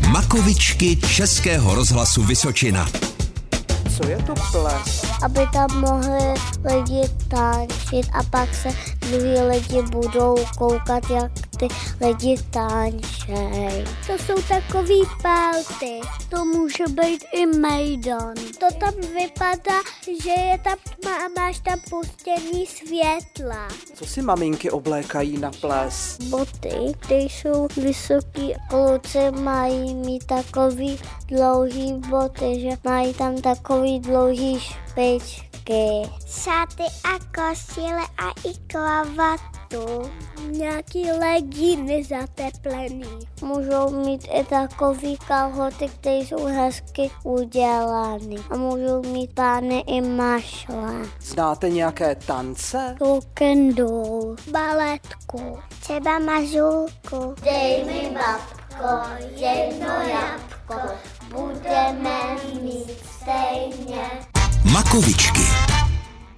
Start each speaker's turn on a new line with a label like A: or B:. A: Vlakovičky Českého rozhlasu Vysočina.
B: Co je to ples?
C: aby tam mohli lidi tančit a pak se druhý lidi budou koukat, jak ty lidi tančej. To jsou takový pelty, to může být i Maidon. To tam vypadá, že je tam tma a máš tam pustěný světla.
B: Co si maminky oblékají na ples?
C: Boty, ty jsou vysoký, kluci mají mít takový dlouhý boty, že mají tam takový dlouhý špičky. Šaty a košile a i kravatu. Nějaký legíny zateplený. Můžou mít i takový kalhoty, které jsou hezky udělány. A můžou mít pány i mašle.
B: Znáte nějaké tance?
C: Rock'n'roll. Baletku. Třeba mazulku. Dej mi babko, jedno jabko, budeme mít stejně.
A: Makovičky.